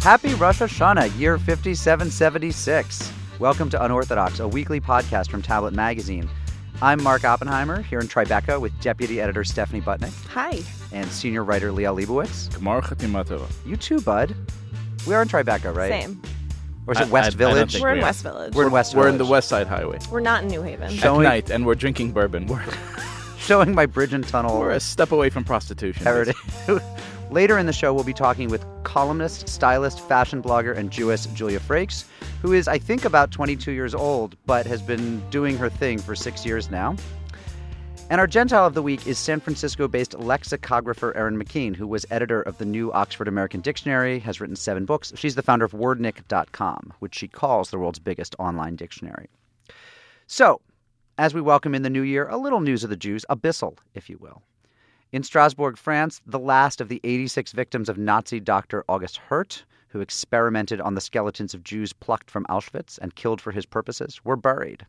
Happy Rosh Hashanah, year 5776. Welcome to Unorthodox, a weekly podcast from Tablet Magazine. I'm Mark Oppenheimer here in Tribeca with Deputy Editor Stephanie Butnick Hi. and Senior Writer Leah Leibowitz. Kamar Khatimatova. You too, bud. We are in Tribeca, right? Same. Or is it I- West I- I don't Village? think We're in we are. West Village. We're We're, in West We're in the Village. West Side Highway not in New Haven. Showing- at night, and we're drinking bourbon. We're, Showing my bridge and tunnel. we're a step away from prostitution. parody. Later in the show, we'll be talking with columnist, stylist, fashion blogger, and Jewess Julia Frakes, who is, I think, about 22 years old, but has been doing her thing for six years now. And our Gentile of the Week is San Francisco based lexicographer Erin McKean, who was editor of the New Oxford American Dictionary, has written seven books. She's the founder of Wordnik.com, which she calls the world's biggest online dictionary. So, as we welcome in the new year, a little news of the Jews, abyssal, if you will. In Strasbourg, France, the last of the 86 victims of Nazi doctor August Hurt, who experimented on the skeletons of Jews plucked from Auschwitz and killed for his purposes, were buried.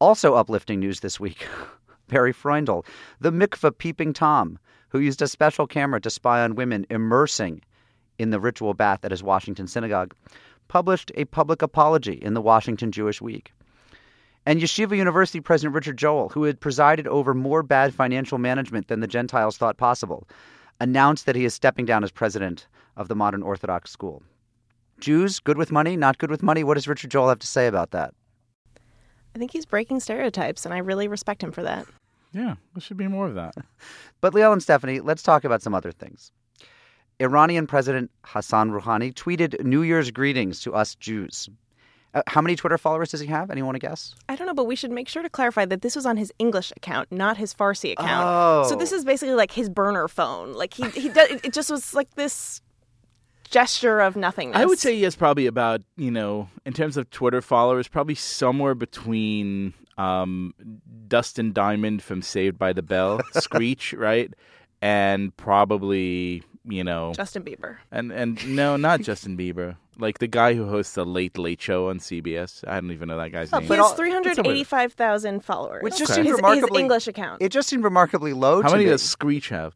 Also uplifting news this week Barry Freundel, the mikveh peeping Tom, who used a special camera to spy on women immersing in the ritual bath at his Washington synagogue, published a public apology in the Washington Jewish Week. And Yeshiva University President Richard Joel, who had presided over more bad financial management than the Gentiles thought possible, announced that he is stepping down as president of the modern Orthodox school. Jews, good with money, not good with money. What does Richard Joel have to say about that? I think he's breaking stereotypes, and I really respect him for that. Yeah, there should be more of that. But Liel and Stephanie, let's talk about some other things. Iranian President Hassan Rouhani tweeted New Year's greetings to us Jews. Uh, how many Twitter followers does he have? Anyone want to guess? I don't know, but we should make sure to clarify that this was on his English account, not his Farsi account. Oh. So this is basically like his burner phone. Like he he does, it just was like this gesture of nothingness. I would say he has probably about, you know, in terms of Twitter followers, probably somewhere between um, Dustin Diamond from Saved by the Bell, Screech, right? And probably, you know, Justin Bieber. and and no, not Justin Bieber. Like the guy who hosts the Late Late Show on CBS. I don't even know that guy's He name. But has all- three hundred eighty-five thousand followers. Which just Okay. seemed his, his remarkably English account. It just seemed remarkably low Uh, How to many me. does Screech have?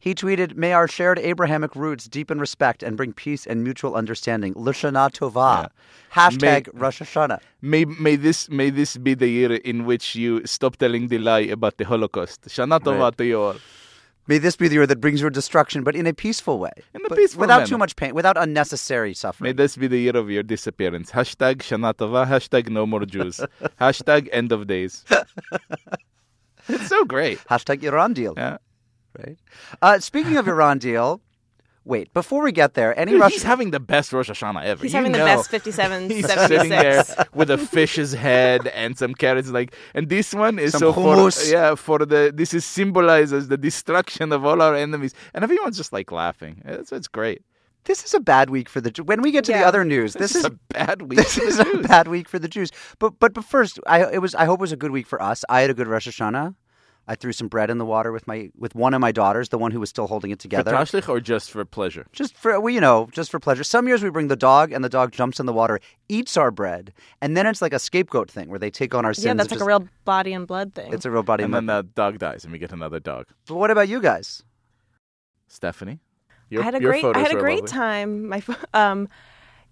He tweeted, "May our shared Abrahamic roots deepen respect and bring peace and mutual understanding." Lashana Tova. Hashtag Rosh Hashanah. May may this may this be the year in which you stop telling the lie about the Holocaust. Shana tova Right. to you all. May this be the year that brings your destruction, but in a peaceful way, In a But peaceful without manner. too much pain, without unnecessary May suffering. this be the year of your disappearance. Hashtag Shana tova. Hashtag No More Jews. hashtag End of Days. it's so great. Hashtag Iran deal. Yeah. Right. Uh, speaking of Iran deal, wait. Before we get there, any Dude, Russian? he's having the best Rosh Hashanah ever. he's You having know. the best fifty-seven He's sitting there seventy-six. with a fish's head and some carrots, like, and this one is Some so hummus. for yeah for the this is symbolizes the destruction of all our enemies, and everyone's just like laughing. It's, it's great. this is a bad week for the. Ju- When we get to the Yeah. other news, this, is a bad week. this for is the a Jews. bad week for the Jews. But but but first, I it was I hope it was a good week for us. I had a good Rosh Hashanah. I threw some bread in the water with my with one of my daughters, the one who was still holding it for together. tashlich or just for pleasure. Just for well, you know, just for pleasure. Some years we bring the dog, and the dog jumps in the water, eats our bread, and then it's like a scapegoat thing where they take on our sins. Yeah, It that's like a just- real body and blood thing. It's a real body. And And then that dog dies, and we get another dog. but what about you guys? Stephanie, your, I had a your great I photos had a were great lovely. time. My ph- um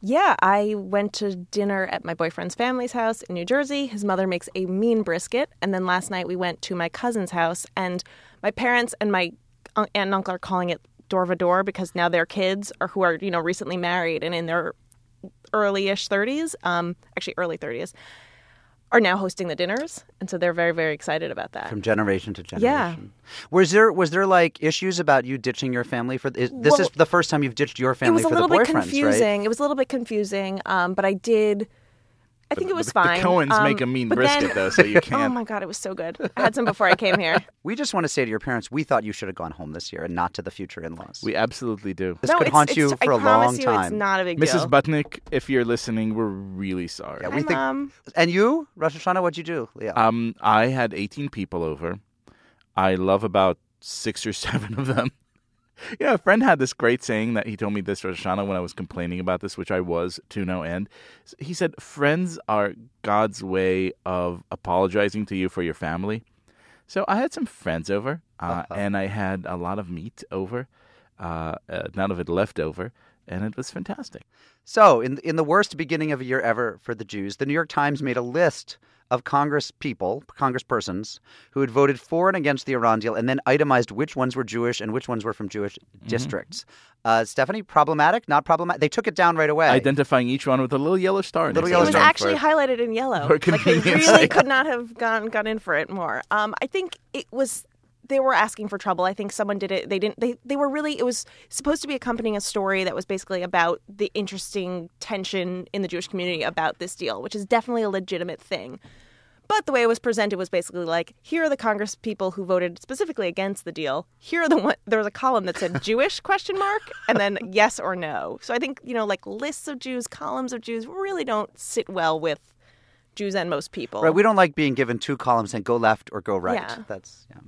yeah, I went to dinner at my boyfriend's family's house in New Jersey. His mother makes a mean brisket, and then last night we went to my cousin's house and my parents and my un- aunt and uncle are calling it dorvador because now their kids are who are, you know, recently married and in their early-ish 30s, um actually early 30s are now hosting the dinners, and so they're very very excited about that. From generation to generation. Yeah. Was there was there like issues about you ditching your family for is, this? Well, is the first time you've ditched your family it was a for little the bit boyfriends, right? confusing. It was a little bit confusing, um, but I did. I think it was the, fine. The Cohens Um, make a mean but brisket then- though, so you Oh can't. my god, it was so good. I had some before I came here. We just want to say to your parents, we thought you should have gone home this year and not to the future in-laws. we absolutely do. this no, could it's, haunt it's, you for I a long promise you time. It's not a big Mrs. deal. Butnick, if you're listening, we're really sorry. Yeah, Hi, we think- Mom. and you, Rosh Hashanah, what'd you do, Leah? Um, I had 18 people over. I love about six or seven of them. Yeah, a friend had this great saying that he told me this Rosh Hashanah when I was complaining about this, which I was to no end. He said, Friends are God's way of apologizing to you for your family. So I had some friends Uh-huh. over, uh, and I had a lot of meat over, uh, uh, none of it left over. and it was fantastic. So, in in the worst beginning of a year ever for the Jews, the New York Times made a list of Congress people, Congresspersons, who had voted for and against the Iran deal, and then itemized which ones were Jewish and which ones were from Jewish districts. Uh, Stephanie, problematic? Not problematic? They took it down right away. Identifying each one with a little yellow star. next Little to yellow It was Yellowstone actually for- highlighted in yellow. for Like they convenience really sake. could not have gone gone in for it more. Um, I think it was they were asking for trouble. I think someone did it. They didn't. They they were really. It was supposed to be accompanying a story that was basically about the interesting tension in the Jewish community about this deal, which is definitely a legitimate thing. But the way it was presented was basically like, here are the Congress people who voted specifically against the deal. Here are the one. There was a column that said Jewish question mark, and then yes or no. So I think you know, like lists of Jews, columns of Jews, really don't sit well with Jews and most people. Right, we don't like being given two columns and go left or go right. Yeah. That's yeah.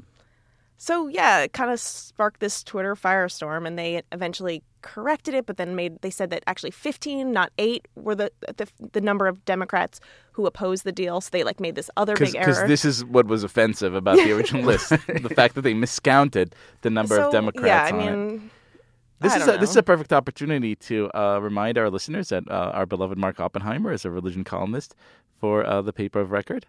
so yeah, it kind of sparked this Twitter firestorm, and they eventually corrected it, but then made they said that actually 15, not eight, were the the, the number of Democrats who opposed the deal. So they like made this other big error. because this is what was offensive about the original list: the fact that they miscounted the number so, of Democrats. yeah, I on it. mean. This I is don't a, this is know. a perfect opportunity to uh, remind our listeners that uh, our beloved Mark Oppenheimer is a religion columnist for uh, the paper of record.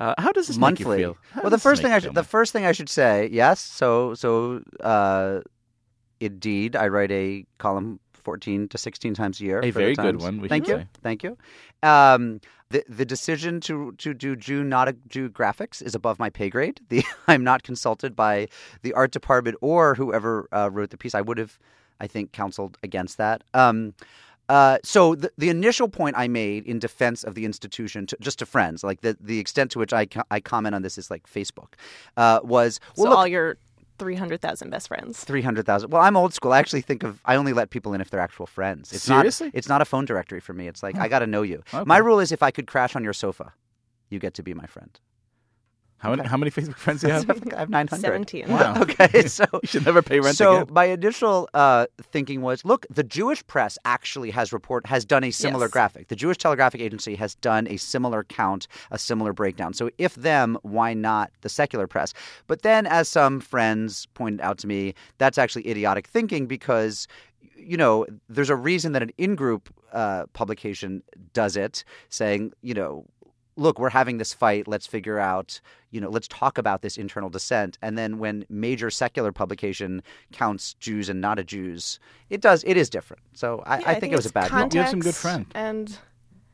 Uh, how does this make monthly. you feel? How well, the does this first make thing I you should feel, the first thing I should say, yes. So so uh, indeed, I write a column fourteen to sixteen times a year. A for the very good Times. one, we Thank should you, say. thank you. Um, the the decision to to do Jew not a Jew graphics is above my pay grade. The I'm not consulted by the art department or whoever uh, wrote the piece. I would have, I think, counseled against that. Um, uh, so the, the initial point I made in defense of the institution, to, just to friends, like the, the extent to which I, co- I comment on this is like Facebook, uh, was well, so look, all your 300,000 best friends. three hundred thousand. Well, I'm old school. I actually think of I only let people in if they're actual friends. It's Seriously? not it's not a phone directory for me. It's like I got to know you. My rule is if I could crash on your sofa, you get to be my friend. how many how many Facebook friends do you have? I have nine hundred. 17. Wow. Okay, so Oh. you should never pay rent so again. my initial uh, thinking was, look, the Jewish press actually has report has done a similar Yes. graphic. The Jewish Telegraphic Agency has done a similar count, a similar breakdown. So if them, why not the secular press? But then, as some friends pointed out to me, that's actually idiotic thinking because. You know, there's a reason that an in group uh, publication does it, saying, you know, look, we're having this fight. Let's figure out, you know, let's talk about this internal dissent. And then when major secular publication counts Jews and not a Jews, it does. It is different. So I, Yeah, I, think, it was it's a bad. You have some good context friend. And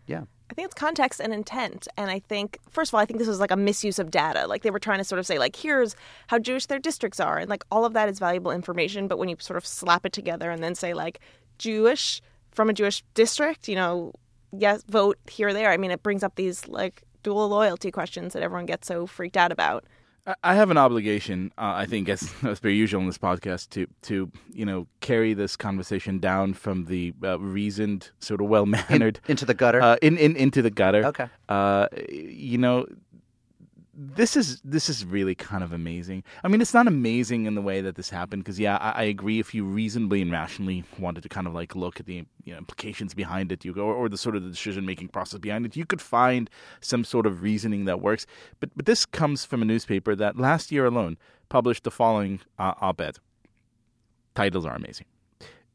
Yeah. I think it's context and intent. And I think, first of all, I think this was like a misuse of data. Like they were trying to sort of say, like, here's how Jewish their districts are. And like all of that is valuable information. But when you sort of slap it together and then say, like, Jewish from a Jewish district, you know, yes, vote here or there. I mean, it brings up these like dual loyalty questions that everyone gets so freaked out about. I- I have an obligation, uh, I think, as as per usual in this podcast, to to you know carry this conversation down from the uh, reasoned, sort of well mannered, Into the gutter. uh, in, in into the gutter. Okay. Uh, you know, this is this is really kind of amazing. I mean, it's not amazing in the way that this happened because yeah, I, I agree. If you reasonably and rationally wanted to kind of like look at the you know, implications behind it, you go or, or the sort of the decision making process behind it, you could find some sort of reasoning that works. But but this comes from a newspaper that last year alone published the following uh, op-ed. Titles are amazing.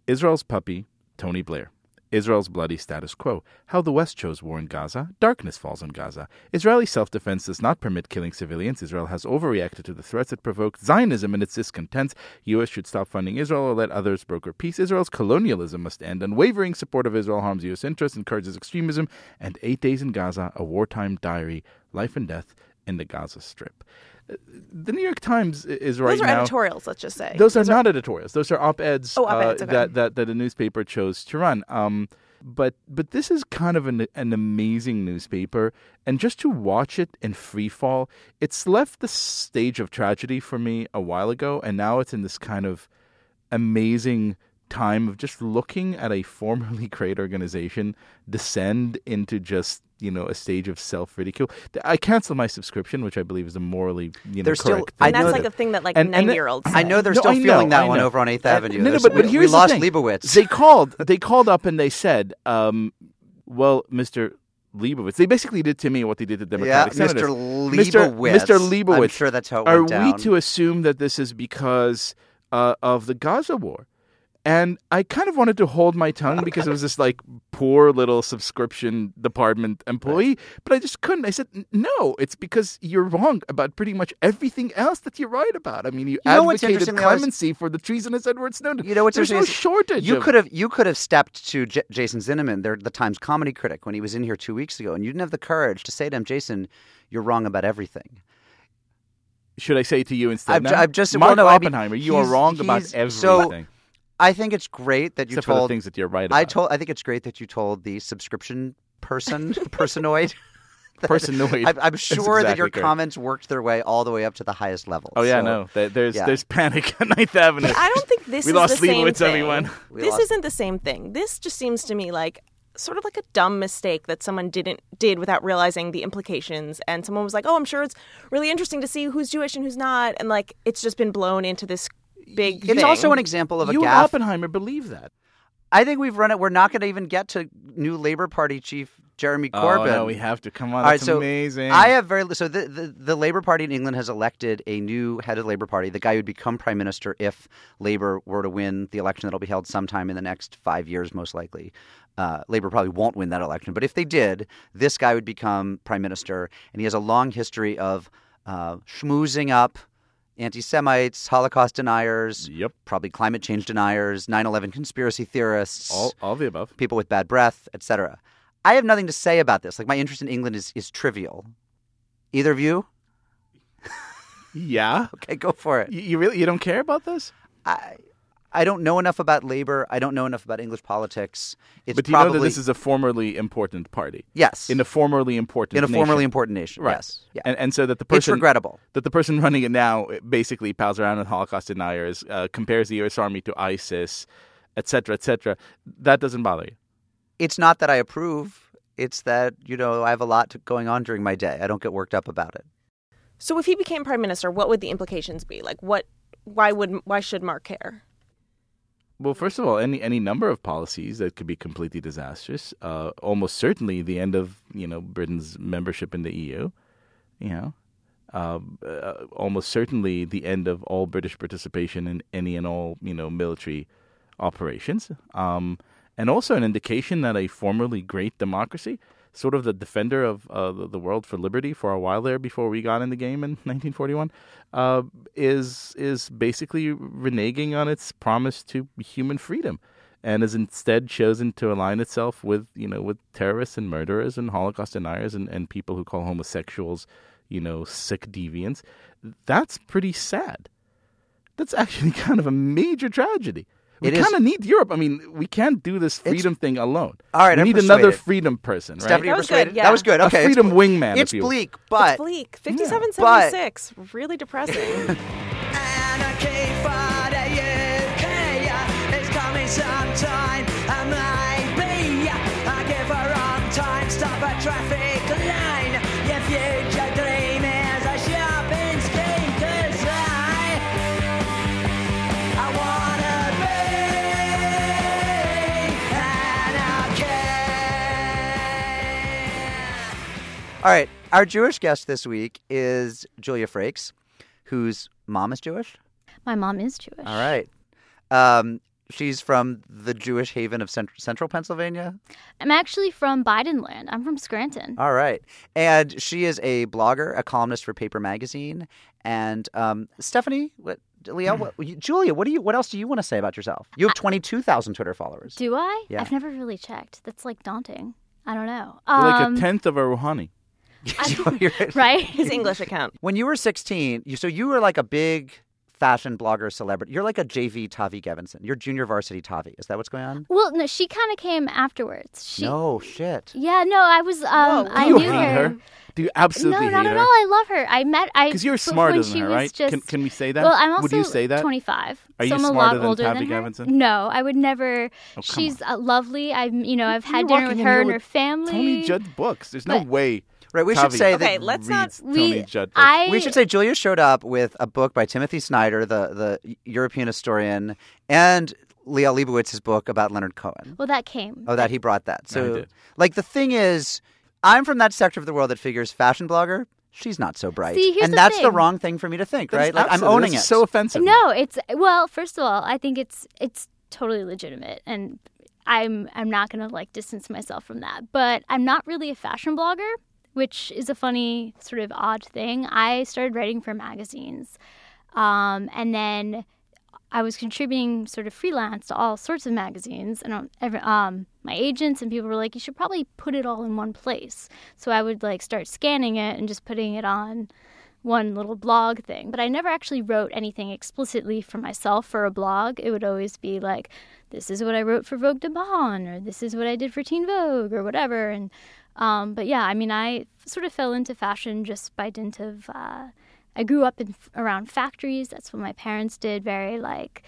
Israel's puppy, Tony Blair. Israel's bloody status quo. How the West chose war in Gaza. Darkness falls on Gaza. Israeli self defense does not permit killing civilians. Israel has overreacted to the threats it provoked Zionism and its discontents. U.S. should stop funding Israel or let others broker peace. Israel's colonialism must end. Unwavering support of Israel harms U.S. interests, encourages extremism. And Eight Days in Gaza, a wartime diary, life and death in the Gaza Strip. Uh, The New York Times i- is right Those are now. editorials, let's just say. Those are not editorials. Those are op eds Oh, op-eds, okay. that, that that a newspaper chose to run. Um, but but this is kind of an an amazing newspaper, and just to watch it in free fall, it's left the stage of tragedy for me a while ago, and now it's in this kind of amazing time of just looking at a formerly great organization descend into just you know a stage of self ridicule. I canceled my subscription, which I believe is a morally you know There's still- correct I and know that's that- like a thing that like And- and it- nine year olds I know they're No, still I feeling know, that I one know. over on Eighth Uh, Avenue. No, no, There's- but, we- but here's we the lost thing. Leibowitz. They called. They called up and they said, um, "Well, Mr. Leibowitz." They basically did to me what they did to yeah, Democratic senators. Mr. Leibowitz. Mr. Leibowitz. I'm sure that's how it Are went down. we to assume that this is because uh, of the Gaza war? And I kind of wanted to hold my tongue because it was this like poor little subscription department employee, but I just couldn't. I said, "N- no, it's because you're wrong about pretty much everything else that you're right about. I mean, you, You know what's advocated interesting, though, is- clemency for the treasonous Edward Snowden. You know what's There's no interesting is shortage. You of- could have you could have stepped to J- Jason Zinnemann, their- the Times comedy critic, when he was in here two weeks ago, and you didn't have the courage to say to him, Jason, you're wrong about everything. Should I say to you instead? I've ju- now? I've just- Mark well, no, I mean, Oppenheimer. you are he's- wrong about everything, he's- so I think it's great that you except for the told. things that you're right about. I told. I think it's great that you told the subscription person personoid. that- Personoid. I, I'm That's sure that exactly your correct. comments worked their way all the way up to the highest level. Oh yeah, So- no. There- There's yeah. there's panic on Ninth Avenue. But I don't think this We is lost the same Leibowitz, thing. everyone. We this lost- isn't the same thing. This just seems to me like sort of like a dumb mistake that someone didn't did without realizing the implications and someone was like, "Oh, I'm sure it's really interesting to see who's Jewish and who's not." And like it's just been blown into this big It's thing. also an example of a you and gaffe. Oppenheimer believe that. I think we've run it. We're not going to even get to new Labor Party chief Jeremy Corbyn. Oh no, we have to come on. All right, That's so amazing. I have very so the, the the Labor Party in England has elected a new head of the Labor Party, the guy who'd become prime minister if Labor were to win the election that'll be held sometime in the next five years, most likely. Uh, Labor probably won't win that election, but if they did, this guy would become prime minister, and he has a long history of uh, schmoozing up anti-Semites, Holocaust deniers, Yep. probably climate change deniers, 9/11 conspiracy theorists, All all the above. people with bad breath, etc. I have nothing to say about this. Like my interest in England is is trivial. Either of you? Yeah. Okay, go for it. You, you really you don't care about this? I I don't know enough about labor. I don't know enough about English politics. It's but do you probably know that this is a formerly important party yes in a formerly important in a formerly nation. important nation. Right. Yes. Yeah. and and so that the it's person regrettable. that the person running it now eh, basically pals around with Holocaust deniers, uh, compares the U.S. Army to ISIS, et cetera, et cetera. That doesn't bother you. It's not that I approve. It's that you know I have a lot to, going on during my day. I don't get worked up about it. So if he became prime minister, what would the implications be? Like what why would why should Mark care? Well, first of all, any any number of policies that could be completely disastrous. Uh, almost certainly, the end of you know Britain's membership in the EU. You know, uh, uh, almost certainly the end of all British participation in any and all you know military operations. Um, and also an indication that a formerly great democracy, sort of the defender of uh, the the world for liberty for a while there before we got in the game in 1941, uh, is is basically reneging on its promise to human freedom, and has instead chosen to align itself with you know with terrorists and murderers and Holocaust deniers and, and people who call homosexuals, you know, sick deviants. That's pretty sad. That's actually kind of a major tragedy. We It is. kind of need Europe. I mean, we can't do this freedom thing alone. All right, we I'm need another persuaded. freedom person, right? Stephanie, That you're was good, persuaded. yeah. That was good. A Okay, freedom it's, ble- wingman, if It's you will. bleak, but Bleak. 5776. 5776. Really depressing. And I keep fighting it. Hey, it's coming sometime. And maybe I give her on time. Stop a traffic line. Your future dream is a shopping scheme. Cause I, I wanna be an arcade. All right. Our Jewish guest this week is Julia Frakes, whose mom is Jewish. My mom is Jewish. All right. Um, she's from the Jewish haven of cent- central Pennsylvania. I'm actually from Bidenland. I'm from Scranton. All right. And she is a blogger, a columnist for Paper Magazine. And um, Stephanie, what, Leah, what, you- Julia, what do you? What else do you want to say about yourself? You have twenty two thousand Twitter followers. Do I? Yeah. I've never really checked. That's like daunting. I don't know. We're like Um, a tenth of a Rouhani. You're- right? His English account. when you were sixteen, you, so you were like a big fashion blogger celebrity. You're like a JV Tavi Gevinson. You're junior varsity Tavi. Is that what's going on? well, no, she kind of came afterwards. She. no shit. Yeah, no, I was. Um, Whoa, I you hate knew her. her? Do you absolutely no, not hate at her? all. I love her. I met. I Because you're but smarter when than she her, was right? Just, Can, can we say that? Well, I'm also Would you say that? 25. Are so you I'm a smarter lot than older Tavi than her. Gavinson? Oh, No, I would never. come She's uh, lovely. I've, you know, I've You're had walking dinner with in her here and her with family. Tony Judd books. There's no But- way. Right, we should Tavi say that- Okay, let's not- reads We, Tony Judd. books. I, We should say Julia showed up with a book by Timothy Snyder, the, the European historian, and Leah Leibowitz's book about Leonard Cohen. Well, that came. Oh, that he brought that. No, he So, did. like, the thing is, I'm from that sector of the world that figures fashion blogger, she's not so bright. See, here's and the that's the thing. wrong thing for me to think, That is right? Like, I'm absolutely- owning this it. is So offensive. No, it's well. First of all, I think it's it's totally legitimate and I'm I'm not going to like distance myself from that. But I'm not really a fashion blogger, which is a funny sort of odd thing. I started writing for magazines. Um, and then I was contributing sort of freelance to all sorts of magazines, and um, every, um, my agents and people were like, "You should probably put it all in one place." So I would like start scanning it and just putting it on one little blog thing. But I never actually wrote anything explicitly for myself for a blog. It would always be like, "This is what I wrote for Vogue de Bon," or "This is what I did for Teen Vogue," or whatever. And um, but yeah, I mean, I sort of fell into fashion just by dint of. Uh, I grew up in around factories. That's what my parents did. Very like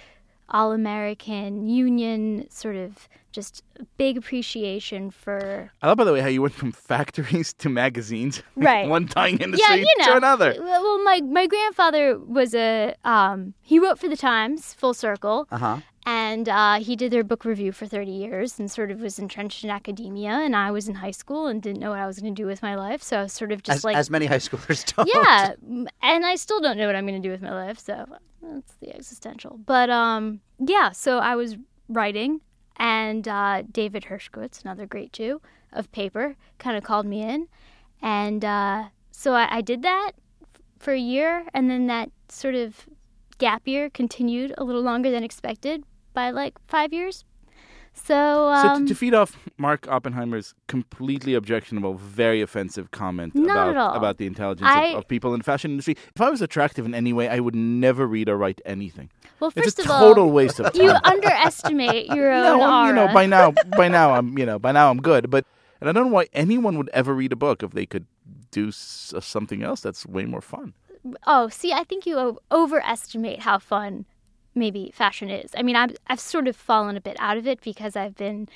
all American union sort of just big appreciation for I love, by the way, how you went from factories to magazines, Right. one tying industry to another. Well, well, my my grandfather was a um, he wrote for the Times, full circle, Uh-huh. and uh, he did their book review for thirty years, and sort of was entrenched in academia. And I was in high school and didn't know what I was going to do with my life, so I was sort of just As, like as many high schoolers don't. yeah m- and i still don't know what i'm going to do with my life so that's the existential but um yeah so i was writing and uh, david hershkowitz another great jew of paper kind of called me in and uh, so I, I did that f- for a year and then that sort of gap year continued a little longer than expected by like five years so, So um, to, to feed off Mark Oppenheimer's completely objectionable, very offensive comment Not about, at all. about the intelligence I- of, of people in the fashion industry, if I was attractive in any way, I would never read or write anything. well, it's first a of total all, waste of time. you underestimate your own no, I'm- you know, aura. by now, by now, I'm you know, by now I'm good. But and I don't know why anyone would ever read a book if they could do s- something else that's way more fun. Oh, see, I think you o- overestimate how fun maybe fashion is. I mean, I've, I've sort of fallen a bit out of it because I've been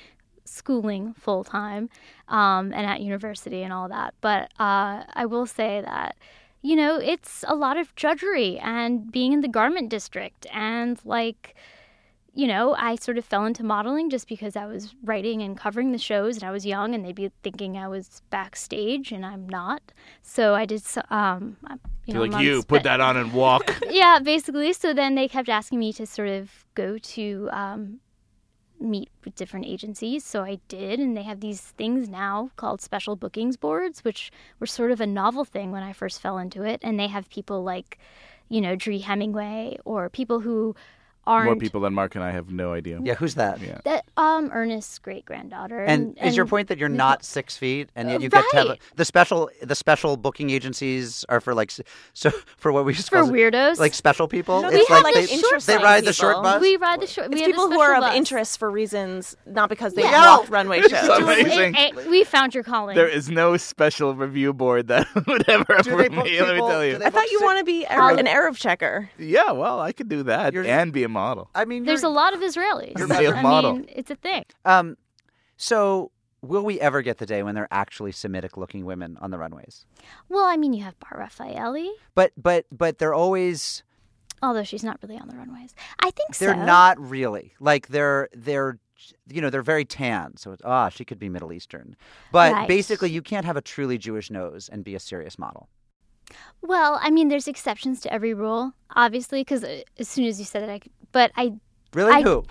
schooling full time um, and at university and all that. But uh, I will say that, you know, it's a lot of drudgery and being in the garment district and like. You know, I sort of fell into modeling just because I was writing and covering the shows, and I was young, and they'd be thinking I was backstage, and I'm not. So I did. so- Um, I- you know, I'm on the spit." on and walk. yeah, basically. So then they kept asking me to sort of go to um, meet with different agencies. So I did, and they have these things now called special bookings boards, which were sort of a novel thing when I first fell into it. And they have people like, you know, Dree Hemingway or people who aren't More people than Mark and I have no idea. Yeah, who's that? Yeah. that um Ernest's great granddaughter. And, is your point that you're not six feet, and yet you get to have a, Right. the special? The special booking agencies are for like s- so for what we just for weirdos? like special people. No, it's they have, like like, they, interesting they ride the short people. bus. we ride the short. It's we have the people who are special of bus. interest for reasons not because they Yeah. walked runway shows. So it- Amazing. it- eh, we found your calling. There is no special review board that would ever Do approve they book me. Let me people- tell do you. they I thought you Six- want to be Arab, an Arab checker. Yeah, well, I could do that You're- and be a model. I mean, There's a you're- lot of Israelis. You're I a model. mean, it's a thing. Um, so will we ever get the day when they're actually Semitic-looking women on the runways? Well, I mean, you have Bar Raffaelli, But but but they're always although she's not really on the runways. I think they're so. not really like they're they're you know they're very tan so it's ah she could be middle eastern but Right. basically you can't have a truly jewish nose and be a serious model Well, I mean, there's exceptions to every rule, obviously, because as soon as you said it, I. Could, but I, really I- who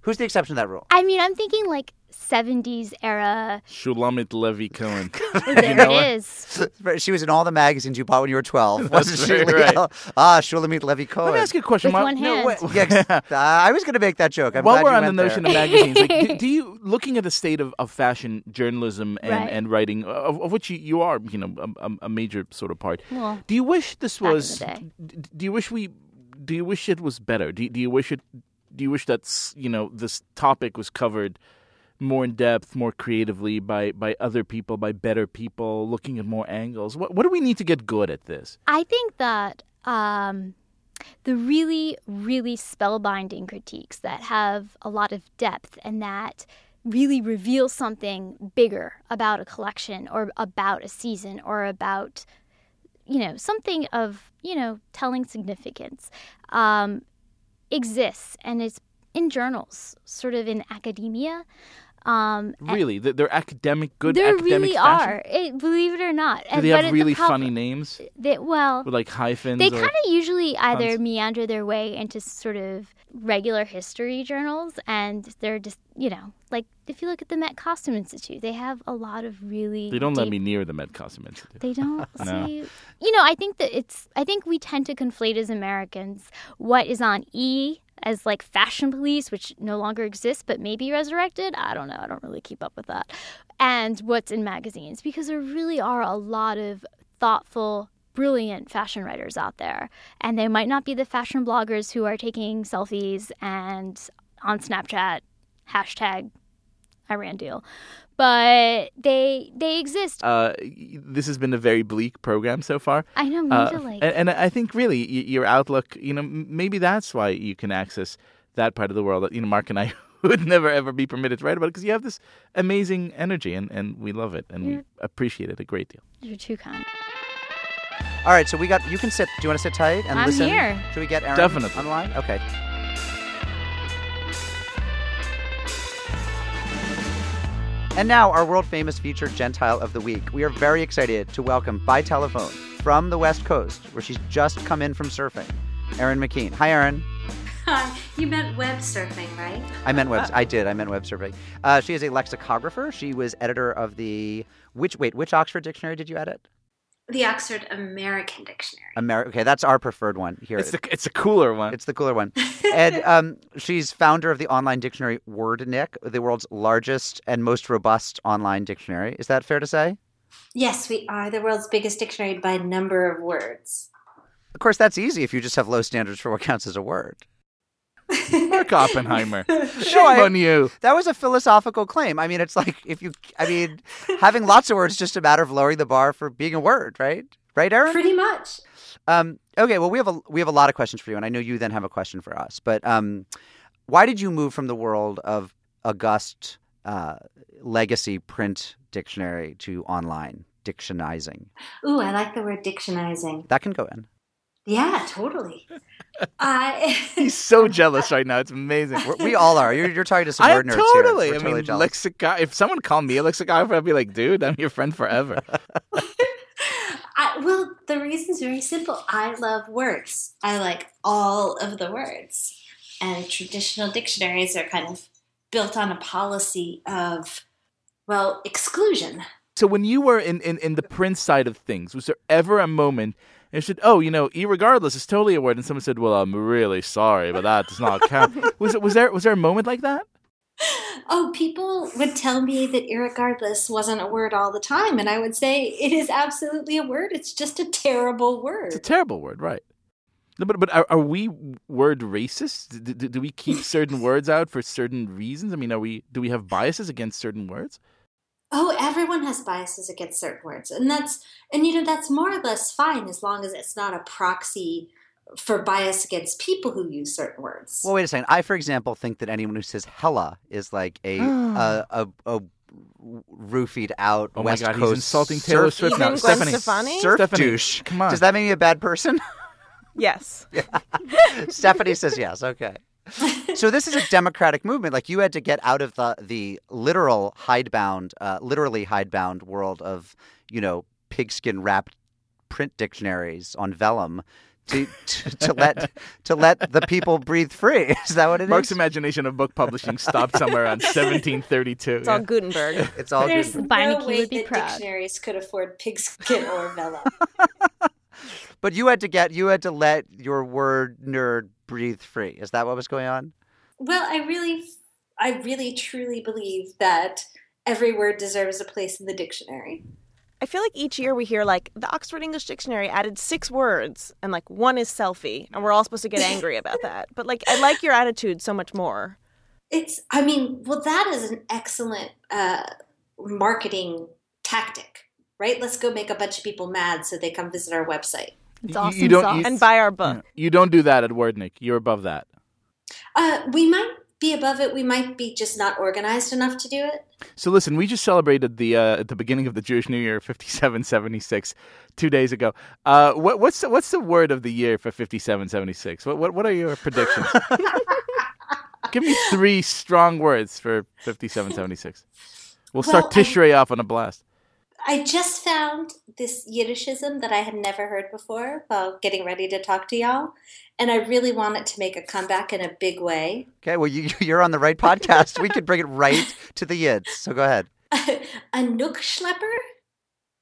who's the exception to that rule I mean, I'm thinking like 70s era. Shulamit Levy Cohen. There what? it is. she was in all the magazines you bought when you were 12 wasn't she very right. Leah? ah shulamit levy cohen Let me ask you a question. With Mark. one hand. Wait, yeah, ex- uh, I was going to make that joke. I'm While glad we're you on the went notion there. of magazines, like, do, do you looking at the state of, of fashion journalism and, Right. and writing, of, of which you, you are, you know, a, a- a major sort of part. Well, do you wish this in the was? day. d- d- Do you wish we? Do you wish it was better? Do, do you wish it? Do you wish that s- you know this topic was covered more in depth, more creatively by by other people, by better people, looking at more angles? What what do we need to get good at this? I think that um, the really, really spellbinding critiques that have a lot of depth and that really reveal something bigger about a collection or about a season or about, you know, something of, you know, telling significance um, exists and it's in journals, sort of in academia. Um, Really, Th- they're academic, good there academic really fashion? are. It, believe it or not. Do And- they but have it- the really prob- funny names They, well, with like hyphens? they or- kind of usually either puns. meander their way into sort of regular history journals, and they're just you know like if you look at the Met Costume Institute, they have a lot of really They don't let deep- me near the Med Costume Institute. They don't No. say. You know, I think that it's. I think we tend to conflate as Americans what is on E as like fashion police, which no longer exists but may be resurrected. I don't know. I don't really keep up with that. And what's in magazines because there really are a lot of thoughtful. Brilliant fashion writers out there, and they might not be the fashion bloggers who are taking selfies and on Snapchat hashtag Iran deal, but they they exist. Uh, y- this has been a very bleak program so far. I know. We Uh, need to like. and, and I think really y- your outlook, you know, m- maybe that's why you can access that part of the world that you know Mark and I would never ever be permitted to write about because you have this amazing energy and, and we love it and we appreciate it a great deal. You're too kind. All right, so we got. You can sit. Do you want to sit tight and I'm listen? here. Should we get Aaron Definitely. online? Okay. And now our world famous featured Gentile of the week. We are very excited to welcome by telephone from the West Coast, where she's just come in from surfing, Erin McKean. Hi, Erin. Hi, you meant web surfing, right? I meant web. I did. I meant web survey. Uh, she is a lexicographer. She was editor of the which wait which Oxford dictionary did you edit? The Oxford American Dictionary. Ameri- okay, that's our preferred one here. It's a, it's a cooler one. It's the cooler one. And um, she's founder of the online dictionary WordNick, the world's largest and most robust online dictionary. Is that fair to say? Yes, we are the world's biggest dictionary by number of words. Of course, that's easy if you just have low standards for what counts as a word. Mark Oppenheimer. Shame Sure. on you. That was a philosophical claim. I mean, it's like if you, I mean, having lots of words is just a matter of lowering the bar for being a word, right? Right, Aaron? Pretty much. Um, okay, well, we have a we have a lot of questions for you, and I know you then have a question for us. But um, why did you move from the world of august uh, legacy print dictionary to online dictionizing? Ooh, I like the word dictionizing. That can go in. Yeah, totally. I He's so jealous right now. It's amazing. We're, we all are. You're, you're talking to some I word am nerds totally. here. We're I mean, jealous. lexico- if someone called me a lexicographer, I'd be like, dude, I'm your friend forever. I well, the reason's very simple. I love words. I like all of the words. And traditional dictionaries are kind of built on a policy of well, exclusion. So when you were in, in, in the Prince side of things, was there ever a moment and said, oh, you know, irregardless is totally a word, and someone said, well, I'm really sorry, but that does not count. was it was there was there a moment like that? Oh, people would tell me that irregardless wasn't a word all the time, and I would say it is absolutely a word. It's just a terrible It's a word. terrible word, right? No, but but are, are we word racist? Do, do, do we keep certain words out for certain reasons? I mean, are we do we have biases against certain words? Oh, everyone has biases against certain words, and that's and you know that's more or less fine as long as it's not a proxy for bias against people who use certain words. Well, wait a second. I, for example, think that anyone who says "hella" is like a a, a, a roofied out Oh my West God, he's Coast insulting surf- Taylor Swift Even now. Gwen Stephanie, Stefani? surf Stephanie, douche. come on. Does that make me a bad person? Yes. Stephanie says yes. Okay. So this is a democratic movement. Like you had to get out of the the literal hidebound, uh, literally hidebound world of you know pigskin wrapped print dictionaries on vellum to, to to let to let the people breathe free. Is that what it is? Mark's imagination of book publishing stopped somewhere around 1732. It's yeah. all Gutenberg. it's all There's good. Beinecke no way would be that proud. dictionaries could afford pigskin or vellum. But you had to get you had to let your word nerd breathe free. Is that what was going on? Well, I really, I really truly believe that every word deserves a place in the dictionary. I feel like each year we hear like the Oxford English Dictionary added six words and like one is selfie and we're all supposed to get angry about that. But like I like your attitude so much more. It's, I mean, well, that is an excellent uh, marketing tactic, right? Let's go make a bunch of people mad so they come visit our website. It's You- you awesome don't- sauce. you- And buy our book. You don't do that at Wordnik. You're above that. Uh, we might be above it. We might be just not organized enough to do it. So listen, we just celebrated the uh, at the beginning of the Jewish New Year, fifty-seven seventy-six, two days ago. Uh, what, what's the, what's the word of the year for fifty-seven seventy-six? What, what what are your predictions? Give me three strong words for 5776. We'll start Well, I- Tishrei off on a blast. I just found this Yiddishism that I had never heard before while getting ready to talk to y'all, and I really want it to make a comeback in a big way. Okay, well, you, you're on the right podcast. we could bring it right to the yids. So go ahead. a nook schlepper?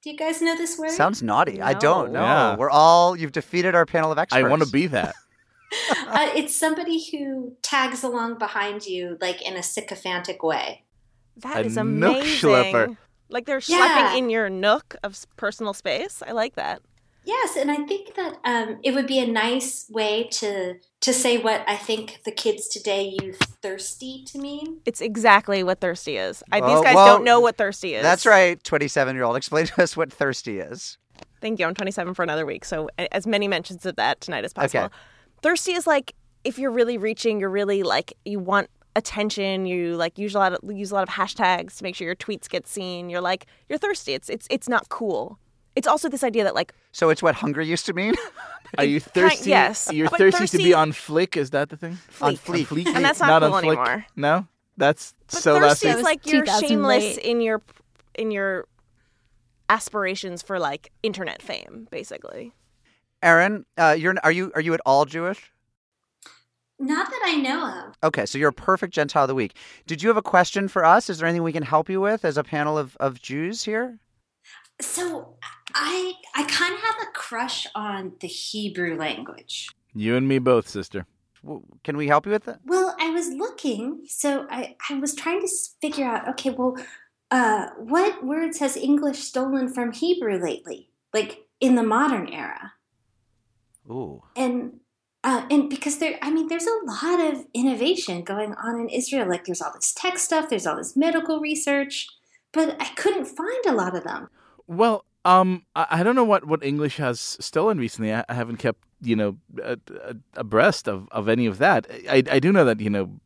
Do you guys know this word? Sounds naughty. I don't know. No. Yeah. We're all, you've defeated our panel of experts. I want to be that. uh, it's somebody who tags along behind you, like in a sycophantic way. That A is nook amazing. schlepper. Like they're schlepping Yeah. in your nook of s- personal space. I like that. Yes, and I think that um, it would be a nice way to to say what I think the kids today use thirsty to mean. It's exactly what thirsty is. I, Well, these guys well, don't know what thirsty is. That's right, 27 year old. Explain to us what thirsty is. Thank you. I'm 27 for another week, so a- as many mentions of that tonight as possible. Okay. Thirsty is like if you're really reaching, you're really like you want attention. You like use a lot of use a lot of hashtags to make sure your tweets get seen. You're like you're thirsty. It's it's it's not cool. It's also this idea that like So it's what hungry used to mean? Are you kind- thirsty? yes. You're But thirsty, to be thirsty- on flick? Is that the thing? On On fleek. fleek? And that's not cool on flick. anymore. No? That's But so last thirsty That is was like you're 2008. shameless in your in your aspirations for like internet fame, basically. Aaron, uh, you're, are, you, are you at all Jewish? Not that I know of. Okay, so you're a perfect Gentile of the week. Did you have a question for us? Is there anything we can help you with as a panel of, of Jews here? So I I kind of have a crush on the Hebrew language. You and me both, sister. W- Can we help you with that? Well, I was looking, so I, I was trying to s- figure out okay, well, uh, what words has English stolen from Hebrew lately, like in the modern era? Ooh. And uh, and because there, I mean, there's a lot of innovation going on in Israel. Like there's all this tech stuff, there's all this medical research, but I couldn't find a lot of them. Well, um, I, I don't know what, what English has stolen recently. I, I haven't kept, you know, a- a- abreast of, of any of that. I, I do know that, you know,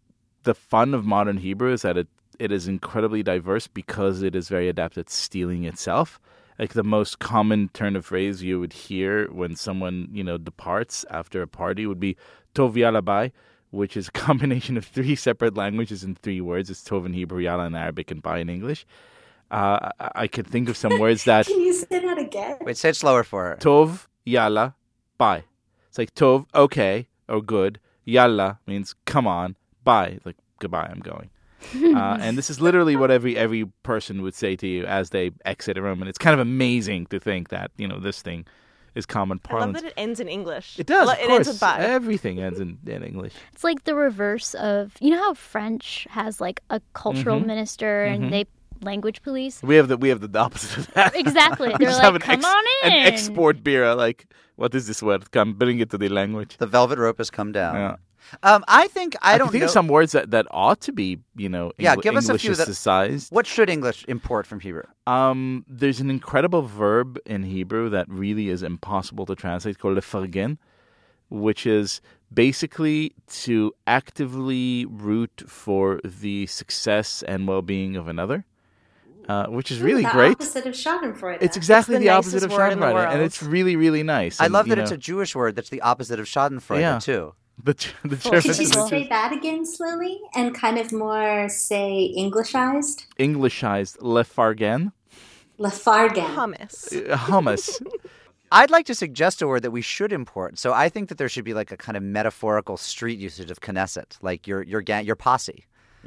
the fun of modern Hebrew is that it, it is incredibly diverse because it is very adept at stealing itself. Like the most common turn of phrase you would hear when someone, you know, departs after a party would be Tov Yalla Bai, which is a combination of three separate languages in three words. It's Tov in Hebrew, Yalla in Arabic, and Bai in English. Uh, I, I could think of some words that Can you say that again? Wait, say it slower for her. Tov, yalla, bye. It's like Tov, okay, or good. Yalla means come on, bye. Like goodbye, I'm going. uh, and this is literally what every every person would say to you as they exit a room, and it's kind of amazing to think that you know this thing is common I parlance. love that it ends in English. It does, I lo- of it course. Eh. ends with bye. Everything ends in, in English. It's like the reverse of you know how French has like a cultural Mm-hmm. minister and they language police. We have the we have the opposite of that. Exactly. We They're just like, have an come ex- on in. An export bureau, like what is this word? Come bring it to the language. The velvet rope has come down. Yeah. Um, I think I, I, don't can think know. of some words that, that ought to be, you know, Yeah, Engli- give us a few that- English-sized. What should English import from Hebrew? Um, there's an incredible verb in Hebrew that really is impossible to translate called lefargen, which is basically to actively root for the success and well-being of another, uh, which is really the great. Opposite of Schadenfreude. It's exactly the the, opposite nicest of word in the schadenfreude, and world. it's really, really nice. I And, love you that it's know, a Jewish word that's the opposite of Schadenfreude, Yeah. too. the the Full Could you German Cool. say that again slowly and kind of more, say, Englishized? Englishized lefargen Lafargan. Hummus. uh, hummus. I'd like to suggest a word that we should import. So I think that there should be like a kind of metaphorical street usage of Knesset, like your your gang, your posse.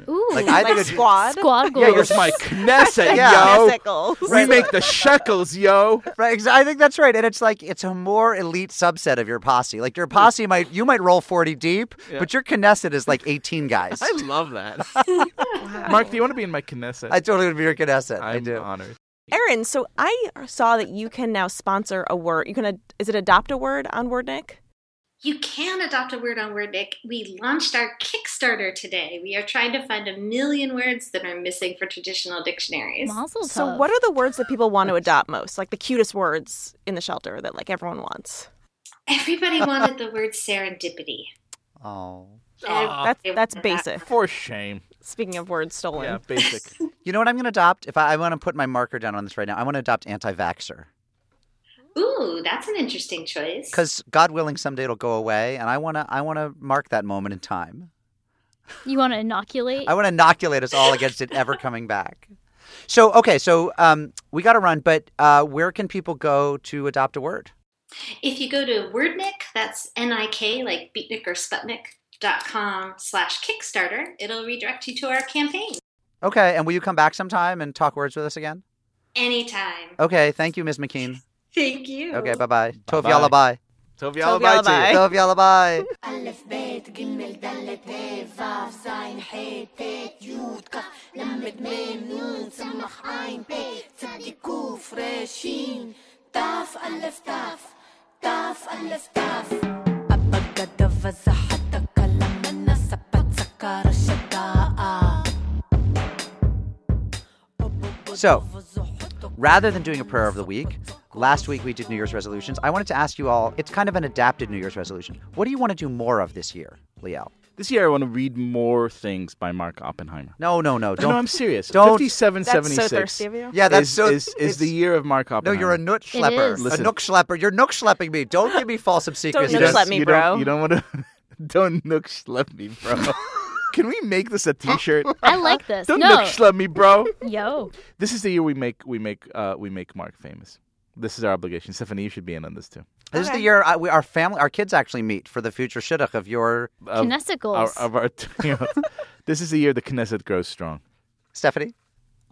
Ooh, Like I Like think a it- squad. squad Yeah, goals. you're- Here's my Knesset, Yeah. yo. Bicycles. We make the shekels, yo. Right, ex- I think that's right, and it's like it's a more elite subset of your posse. Like your posse might you might roll forty deep, but your Knesset is like eighteen guys. I love that. Mark, do you want to be in my Knesset? I totally would be your Knesset. i I'm do. honored. Erin, so I saw that you can now sponsor a word. You can ad- is it adopt a word on WordNick? You can adopt a word on word, Nick. We launched our Kickstarter today. We are trying to find a million words that are missing for traditional dictionaries. Mazel So tov. what are the words that people want to adopt most? Like the cutest words in the shelter that like everyone wants. Everybody wanted the word serendipity. Oh, That's Everybody that's wanted that. basic. For shame. Speaking of words stolen. Yeah, basic. you know what I'm going to adopt? If I, I want to put my marker down on this right now, I want to adopt anti-vaxer Ooh, that's an interesting choice. because God willing, someday it'll go away, and I want to I want to mark that moment in time. You want to inoculate? I want to inoculate us all against it ever coming back. So, okay, so um, we got to run, but uh, where can people go to adopt a word? If you go to Wordnik, that's N-I-K, like Beatnik or Sputnik, dot com slash Kickstarter, it'll redirect you to our campaign Okay, and will you come back sometime and talk words with us again? anytime. Okay, thank you, Ms. McKean. Thank you. Oh. Okay, bye bye. Tov yalla bye. Tov Tov yalla yalla bye. bye. Tov yalla bye. ألف بيت جمل دلت هي فاف زين حيت تيت يود كاف لمد ميم نون سمخ عين بيت سد كوف راشين تاف ألف تاف تاف ألف تاف أبقى دفا زحتك لما النسبت سكر الشداء So, rather than doing a prayer of the week, last week we did New Year's resolutions. I wanted to ask you all, it's kind of an adapted New Year's resolution. What do you want to do more of this year, Liel? This year I want to read more things by Mark Oppenheimer. No, no, no. No, Don't. no, I'm serious. don't- Fifty-seven That's seventy-six. so thirsty of you. yeah, that's is, so. is, is it's- the year of Mark No, Oppenheimer. you're a noot schlepper. is. A Listen. nook schlepper. You're nook schlepping me. Don't give me false obsequies. Don't You nook don't- schlep me, you don't- bro. you don't want to. Don't nook schlep me, bro. Can we make this a T-shirt? I like this. Don't no. nook schlep me, bro. Yo. This is the year we make we make uh, we make Mark famous. This is our obligation. Stephanie, you should be in on this too. This is the Okay. year I, we, our family, our kids actually meet for the future shidduch of your Of, our, Kinesicles. of our you know, this is the year the Knesset grows strong. Stephanie.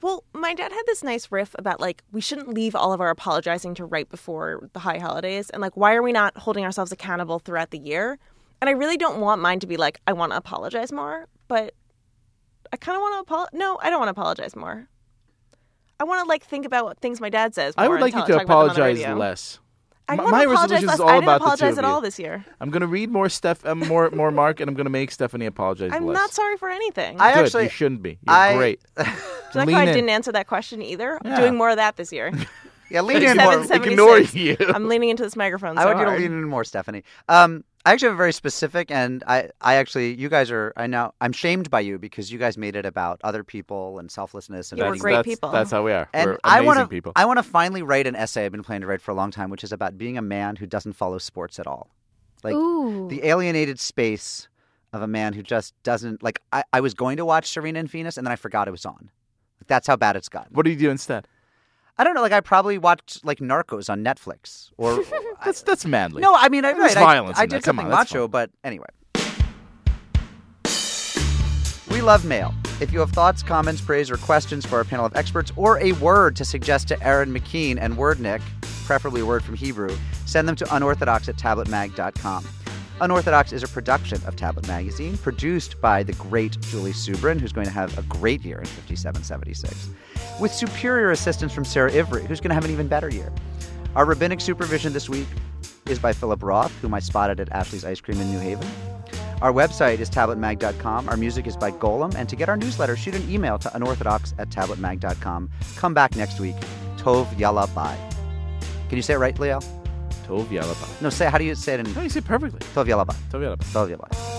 Well, my dad had this nice riff about like we shouldn't leave all of our apologizing to right before the high holidays and like why are we not holding ourselves accountable throughout the year? And I really don't want mine to be like I want to apologize more, but I kind of want to apologize. No, I don't want to apologize more. I want to like think about what things my dad says. I more would and like you tell- talk to about them on the apologize radio. less. I My- want my to apologize resolution less. is all I didn't about the two apologize of at you. all this year. I'm gonna read more Steph, uh, more more Mark, and I'm gonna make Stephanie apologize I'm less. not sorry for anything. I Good, actually. you shouldn't be. You're I- great. So like Lean how I in. didn't answer that question either. Yeah. I'm doing more of that this year. Yeah, lean in more. 37, We ignore you. I'm leaning into this microphone. I so want you to hard. lean in more, Stephanie. Um, I actually have a very specific, and I, I actually, you guys are, I know, I'm shamed by you because you guys made it about other people and selflessness and Yeah, we're being- great people. That's how we are. And we're I amazing want to, people. I want to finally write an essay I've been planning to write for a long time, which is about being a man who doesn't follow sports at all, like Ooh. the alienated space of a man who just doesn't like. I, I was going to watch Serena and Venus, and then I forgot it was on. Like, that's how bad it's gotten. what do you do instead? I don't know. Like I probably watched like Narcos on Netflix or. That's that's manly. No, I mean, I, There's right, I- violence I, in did there. Come something on, that's macho, fine. but anyway. We love mail. If you have thoughts, comments, praise, or questions for our panel of experts, or a word to suggest to Aaron McKean and Wordnik, preferably a word from Hebrew, send them to unorthodox at tabletmag.com. Unorthodox is a production of Tablet Magazine, produced by the great Julie Subrin, who's going to have a great year in 5776, with superior assistance from Sarah Ivry, who's going to have an even better year. Our rabbinic supervision this week is by Philip Roth, whom I spotted at Ashley's Ice Cream in New Haven. Our website is tabletmag.com. Our music is by Golem. And to get our newsletter, shoot an email to unorthodox at tabletmag.com. Come back next week. Tov Yalla Bye. Can you say it right, Leo? Tov Yalaba. No, say how do you say it in No, you said perfectly. Tov Yalla Bye? Tov Yalaba. Tov Yalla Bye.